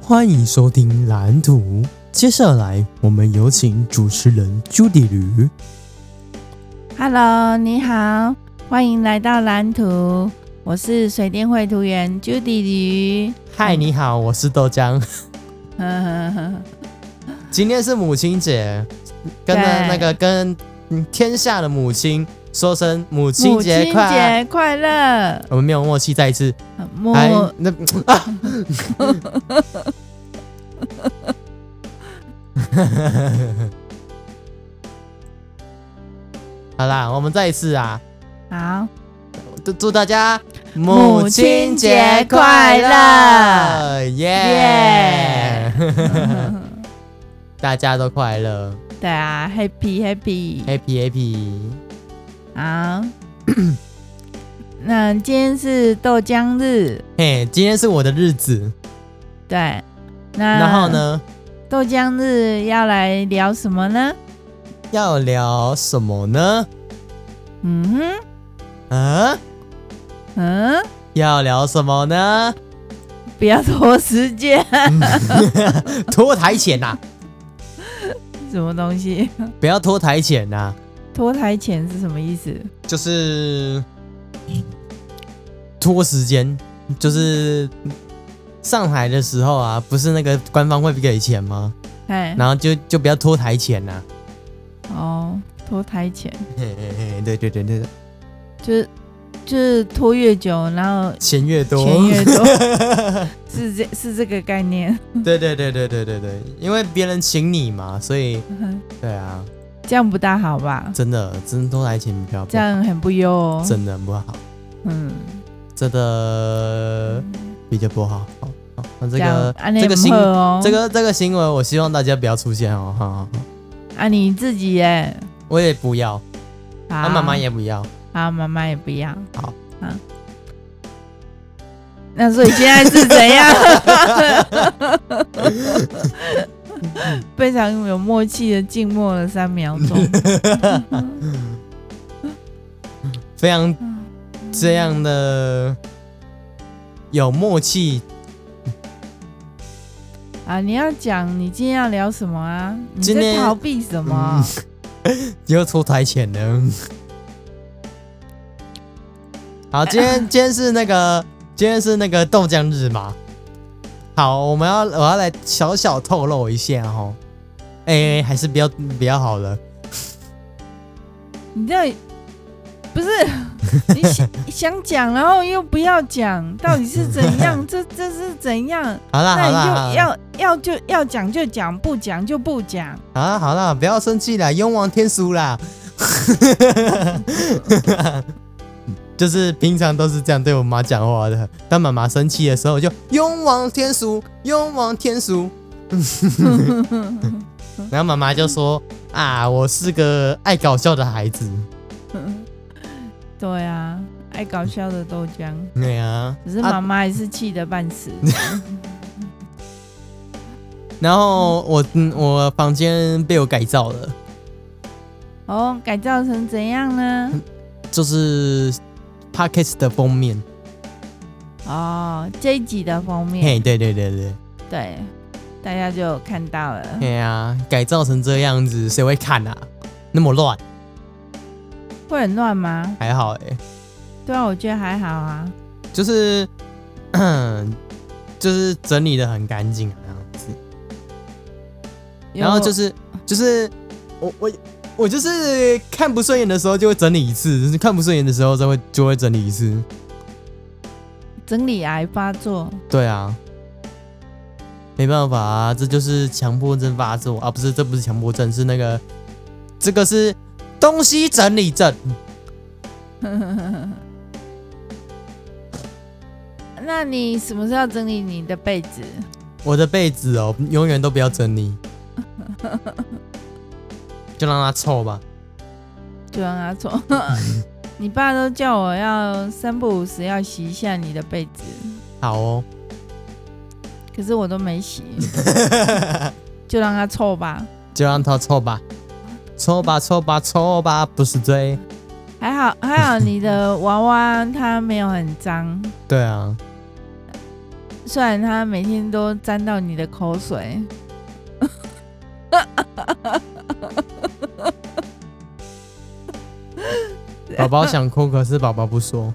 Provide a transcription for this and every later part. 欢迎收听蓝图。接下来，我们有请主持人 Judy 驴。 Hello，你好，欢迎来到蓝图，我是水电绘图员 Judy 驴。嗯嗨，你好，我是豆浆。 今天是母亲节，跟对那个跟嗯天下的母亲说声母亲母节亲快乐。节快乐！我们没有默契，再一次。母哎， 那 啊，好啦，我们再一次啊，好，祝祝大家母亲节快乐，耶！ 嗯大家都快乐对啊，Happy Happy。 ，happy happy。好，那今天是豆浆日，嘿，今天是我的日子，对。那然后？呢，豆浆日要来聊什么呢？要聊什么呢？嗯哼，啊，嗯，要聊什么呢？ 不要拖时间，拖台前呐、什么东西？ 不要拖台前呐、脱台前是什么意思？就是拖时间，就是上台的时候啊，不是那个官方会给钱吗？哎，然后就就不要拖台前啊呐、哦，脱台前嘿嘿嘿，对对对对，就是就是拖越久，然后钱越多，钱越多，是这是这个概念。 对对对对对对对，因为别人请你嘛，所以对啊，这样不大好吧？真的真的拖台前比较不这好，样很不 优哦。真的不好，嗯，真的比较不好。好，好那这个这样啊你这个很新好哦，这个这个行为，我希望大家不要出现哦。哈哈哈啊你自己耶，我也不要，啊啊，妈妈也不要。啊妈妈也不要。好啊，那所以现在是怎 样？非常有默契的静默了三秒钟。 非常这样的有默契，啊，你要讲你今天要聊什么啊？你今在天嗯逃避什么？又出台前了。好，今 天今天是那个今天是那个豆浆日嘛。好，我们要我要来小小透露一下哦。哎、还是比较比较好了。你这不是 你想想讲，然后又不要讲，到底是怎 样？这这是怎样？好啦那啊好啦，你好就啦要要就要讲就讲，不讲就不讲。 好啦啊好啦，不要生气啦，勇往天书啦。 就是平常都是这样对我妈讲话的，当妈妈生气的时候我就勇往天书，勇往天书。 然后妈妈就说啊，我是个爱搞笑的孩子。对啊，爱搞笑的豆浆，对啊，只是啊妈妈还是气得半 死。然后我嗯我房间被我改造了，哦，改造成怎 样呢？就是 p o c k e t 的封面。哦，这一集的封面，嘿，对对对对，对，大家就有看到了。对啊，改造成这样子，谁会看啊？那么乱，会很乱吗？还好哎、对啊，我觉得还好啊。就是， 就是整理的很干净啊，这样子。然后有就是，就是我我我就是看不顺眼的时候就会整理一次，就是看不顺眼的时候就会就会整理一次。整理癌发作，对啊，没办法啊，这就是强迫症发作啊，不是，这不是强迫症，是那个，这个是东西整理症。那你什么时候整理你的被子？我的被子哦，永远都不要整理，就让它臭吧。就让他 做。你爸都叫我要三不五时要洗一下你的被子，好哦。可是我都 没洗，就让他臭吧。就让他抽吧，抽吧，抽吧，抽吧，不是罪。还好还好，你的娃娃它没有很脏，对啊，虽然他每天都沾到你的口水，宝宝想哭，可是宝宝不说。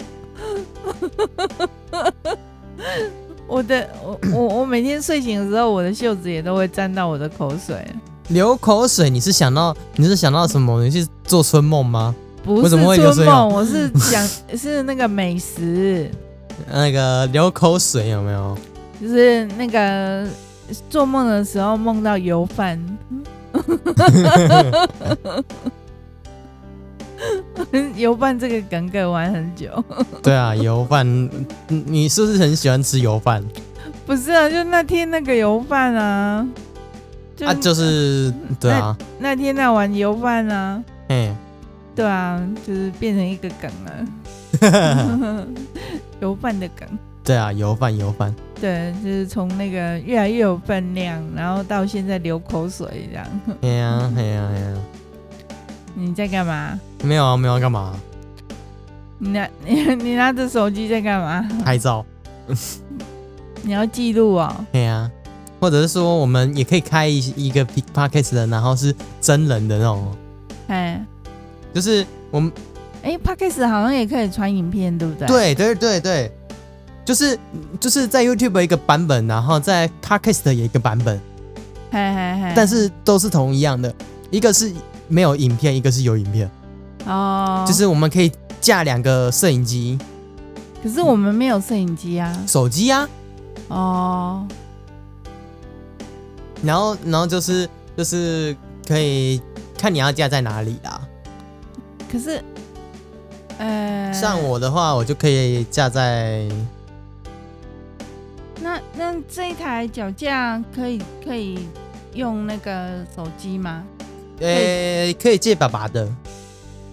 我的我我我每天睡醒的时候，我的袖子也都会沾到我的口水。流口水，你是想到你是想到什么？你是做春梦吗？不我是怎么会流春水梦，我是想 是那个美食，那个流口水有没有？就是那个做梦的时候梦到油饭， 油饭这个梗梗玩很久，对啊，油饭，你你是不是很喜欢吃油饭不是啊，就那天那个油饭啊，就啊？就是对啊，那天那碗油饭啊，哎，对啊，就是变成一个梗了， 油饭的梗。对啊，油饭油饭，对，就是从那个越来越有分量，然后到现在流口水这样。哎呀哎呀哎呀，你在干嘛？没有啊没有啊干嘛？你拿 你你拿着手机在干嘛？拍照，你要记录哦。哎呀，或者是说我们也可以开一一个 p o d c a s t 的，然后是真人的那种，哎就是我们哎 p o d c a s t 好像也可以传影片，对不对？。对对对对，就是就是在 YouTube 有一个版本，然后在 Podcast 有一个版本，嗨嗨嗨。但是都是同一样的，一个是没有影片，一个是有影片，哦，就是我们可以架两个摄影机、可是我们没有摄影机啊。手机啊，哦，然后然后就是就是可以看你要架在哪里啊啦。可是，呃，像我的话，我就可以架在那那这一台脚架可以可以用那个手机吗？呃、可以借爸爸的，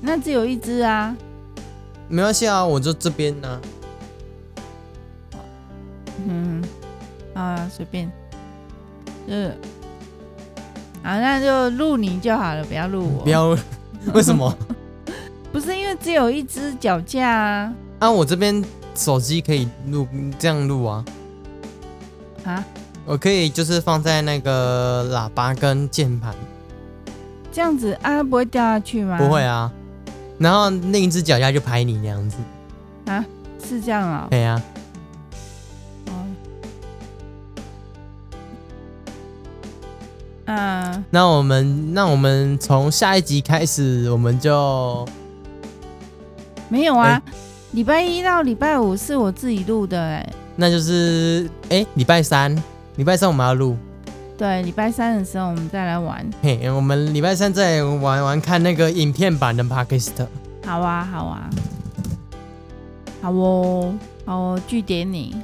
那只有一只啊。没关系啊，我就这边呢、嗯，啊，随便，就是，啊，那就录你就好了，不要录我。嗯不，要为什么？不是因为只有一只脚架啊，啊，我这边手机可以录这样录啊，啊，我可以就是放在那个喇叭跟键盘，这样子啊，它不会掉下去吗？不会，啊。然后另一只脚丫就拍你那样子，是这样啊、对呀、哦。啊，那我们那我们从下一集开始，我们就没有啊，哎礼、拜一到礼拜五是我自己录的、哎，那就是哎礼拜三，礼拜三我们要录，对，礼拜三的时候我们再来玩，嘿，我们礼拜三再玩玩看那个影片版的 Podcast。好啊，好啊，好哦，好哦，据点你。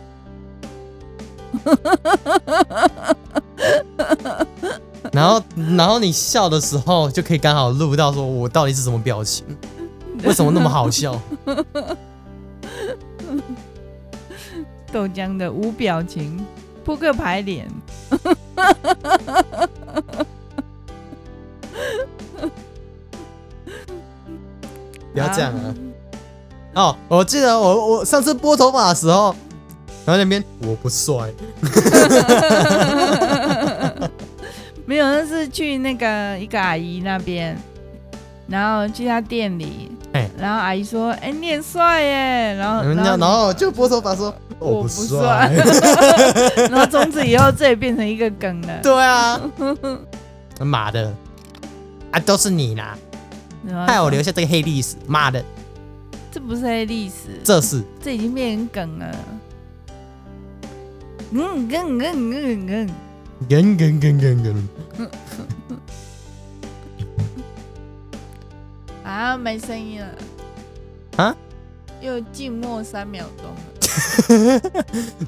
然后然后你笑的时候就可以刚好录到说我到底是什么表情，嗯为什么那么好 笑？豆浆的无表情扑克牌脸。不要这样啊！哦，我记得我我上次拨头发的时候，然后那边我不帅，啊！没有，那是去那个一个阿姨那边，然后去她店里，哎然后阿姨说：“哎、你很帅耶！”然后，人哦然家后然后就拨头发说我不不帅， 然后从此以后，这也变成一个梗了。对 啊，妈的啊，都是你啦，然后害我说留下这个黑历史，妈的，这不是黑历史，这是这已经变成梗了。嗯梗梗梗梗，人人人人人，啊，没声音了。啊？又静默三秒钟了。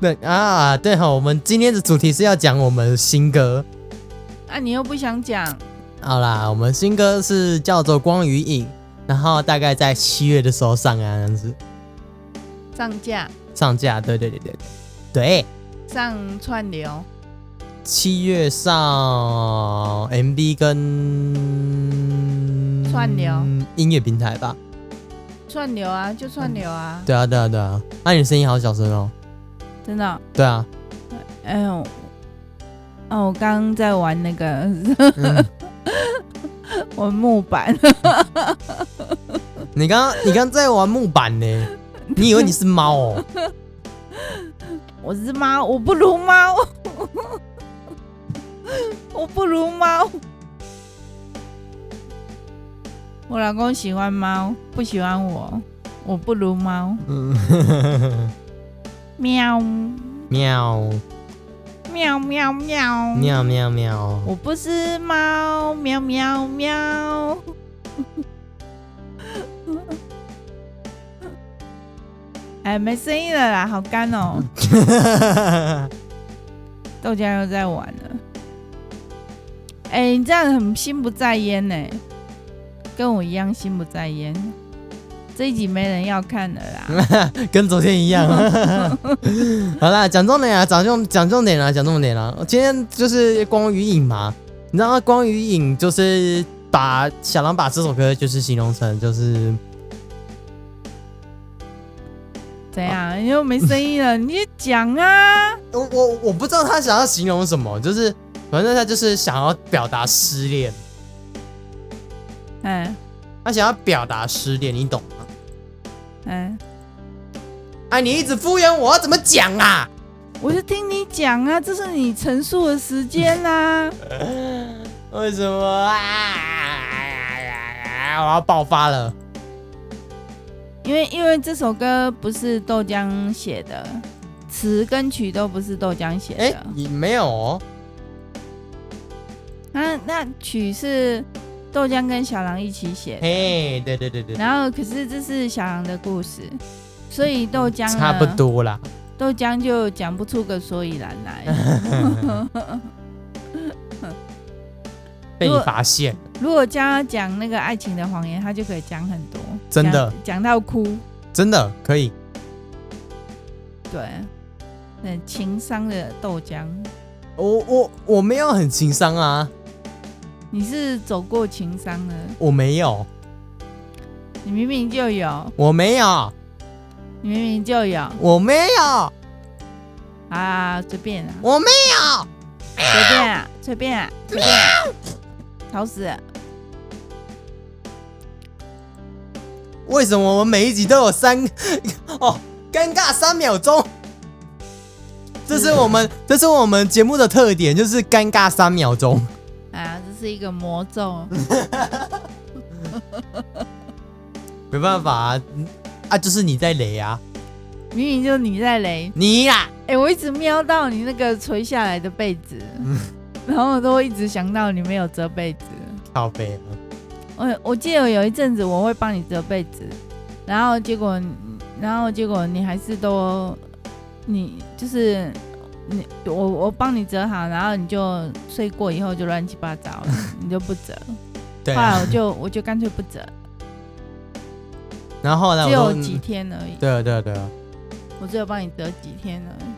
对啊，对哈，我们今天的主题是要讲我们新歌，啊，你又不想讲？好啦，我们新歌是叫做《光与影》，然后大概在七月的时候上啊，这样子上架、上架，对对对对对对。上串流，七月上 MV 跟串流音乐平台吧。串流啊，就串流啊，嗯对啊，对啊，对啊。那、你的声音好小声哦。真的哦、对啊，哎呦，哦，我刚刚在玩那个 嗯，玩木板， 你刚刚你刚刚在玩木板呢、你以为你是猫哦？我是猫，我不如猫， 我不如猫。我老公喜欢猫，不喜欢我，我不如猫。嗯，喵喵喵喵喵，喵喵喵，我不是猫，喵喵喵。哎，没声音了啦，好干哦！豆浆又在玩了。哎，你这样很心不在焉呢、跟我一样心不在焉。这一集没人要看了啦。跟昨天一样。好啦，讲重点啊，讲重讲重点啊，讲重点啊。今天就是光与影嘛，你知道光与影就是把小狼把这首歌就是形容成就是怎样？你又没声音了，你就讲啊！我我我不知道他想要形容什么，就是反正他就是想要表达失恋，哎他想要表达失恋，你懂吗？哎，哎，你一直敷衍我，要怎么讲啊？我就听你讲啊，这是你陈述的时间啊啦、为什么啊？我要爆发了！因为因为这首歌不是豆浆写的，词跟曲都不是豆浆写哎、的。你没有哦，那啊那曲是豆浆跟小狼一起写的，嘿，对对对对，然后可是这是小狼的故事，所以豆浆呢差不，多啦。豆浆就讲不出个所以然 来。被如你果发现，如果教他讲那个爱情的谎言，他就可以讲很多，真的讲讲到哭，真的可以。对，很情商的豆浆，我我我没有很情商啊，你是走过情商的，我没有，你明明就有，我没有，你明明就有。我没有，啊，随便啊，我没有。随便啊，随便啊，随便啊，吵死了！为什么我们每一集都有三 哦尴尬三秒钟？这是我们这是我们节目的特点，就是尴尬三秒钟。啊，这是一个魔咒，没办法啊，嗯啊就是你在雷啊，明明就你在雷。你呀、哎、我一直瞄到你那个垂下来的被子，然后我都会一直想到你没有折被子。靠背啊，我我记得有一阵子我会帮你折被子，然后结果，然后结果你还是都，你就是你我我帮你折好，然后你就睡过以后就乱七八糟 了，你就不折。对后来啊。我就我就干脆不折，然后后来只我有都嗯几天而已，对啊对啊对啊，我只有帮你折几天而已。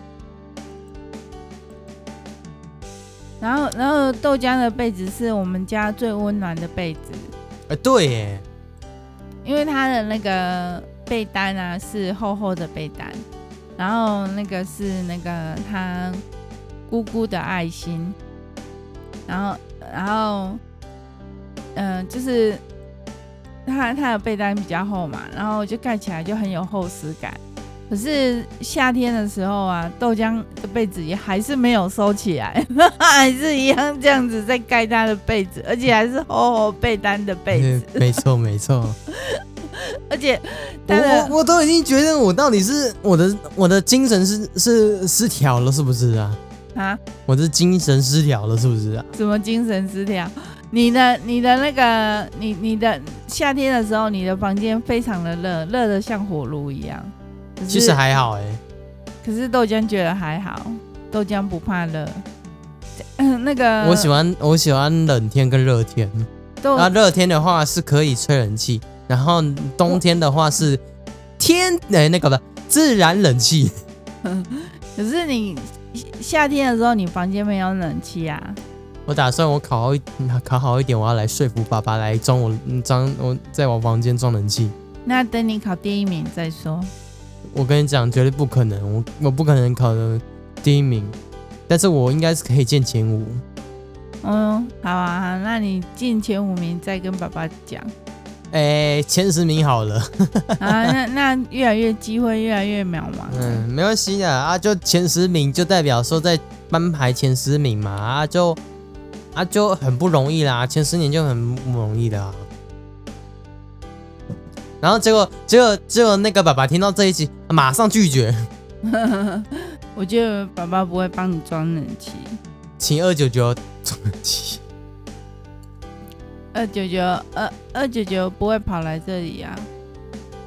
然后，然后豆浆的被子是我们家最温暖的被子，呃对耶，因为它的那个被单啊是厚厚的被单，然后那个是那个它姑姑的爱心，然后然后嗯、呃就是它它的被单比较厚嘛，然后就盖起来就很有厚实感。可是夏天的时候啊，豆浆的被子也还是没有收起来， 还是一样这样子在盖它的被子，而且还是厚厚被单的被子。嗯没错没错。而且我他我的我都已经觉得我到底是我的我的精神是是失调了是不是啊？啊，我的精神失调了是不是啊？什么精神失调？你的你的那个你你的夏天的时候，你的房间非常的热，热的像火炉一样。可是其实还好哎，可是豆浆觉得还好，豆浆不怕热。 嗯，那个我喜欢我喜欢冷天跟热天。豆那热天的话是可以吹冷气，然后冬天的话是天哎、那个不自然冷气， 可是你夏天的时候，你房间没有冷气啊？我打算我考好一考好一点，我要来说服爸爸来装我嗯装我在我房间装冷气。那等你考第一名再说。我跟你讲，绝对不可能，我我不可能考的第一名，但是我应该是可以进前五。嗯，好啊，好那你进前五名再跟爸爸讲哎、前十名好了，啊。那那越来越机会越来越渺茫。嗯，没关系的啊，就前十名就代表说在班排前十名嘛，啊就啊就很不容易啦，前十年就很不容易的啊。然后结果结果结果那个爸爸听到这一集，马上拒绝，我觉得爸爸不会帮你装冷气。请二九九 重启。二九九二二九九不会跑来这里啊，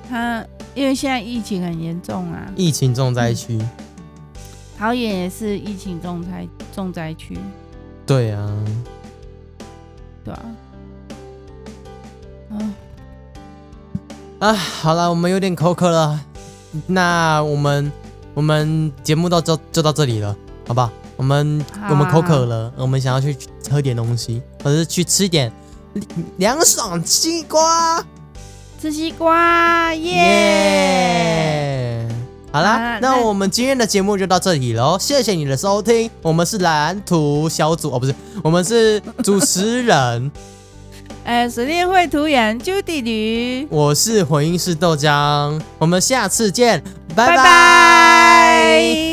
他因为现在疫情很严重啊，疫情重灾区，桃园也是疫情重灾重灾区，对啊，对吧、啊？啊，好了，我们有点口渴了，那我们我们节目到就就到这里了，好吧？我们啊，我们口渴了，我们想要去喝点东西，或者是去吃点凉爽西瓜，吃西瓜耶！耶！好啦啊，那那我们今天的节目就到这里喽，谢谢你的收听，我们是蓝图小组哦，不是，我们是主持人， 哎，水电绘图员 Judy 驴，我是回音式豆浆，我们下次见，拜拜拜。拜。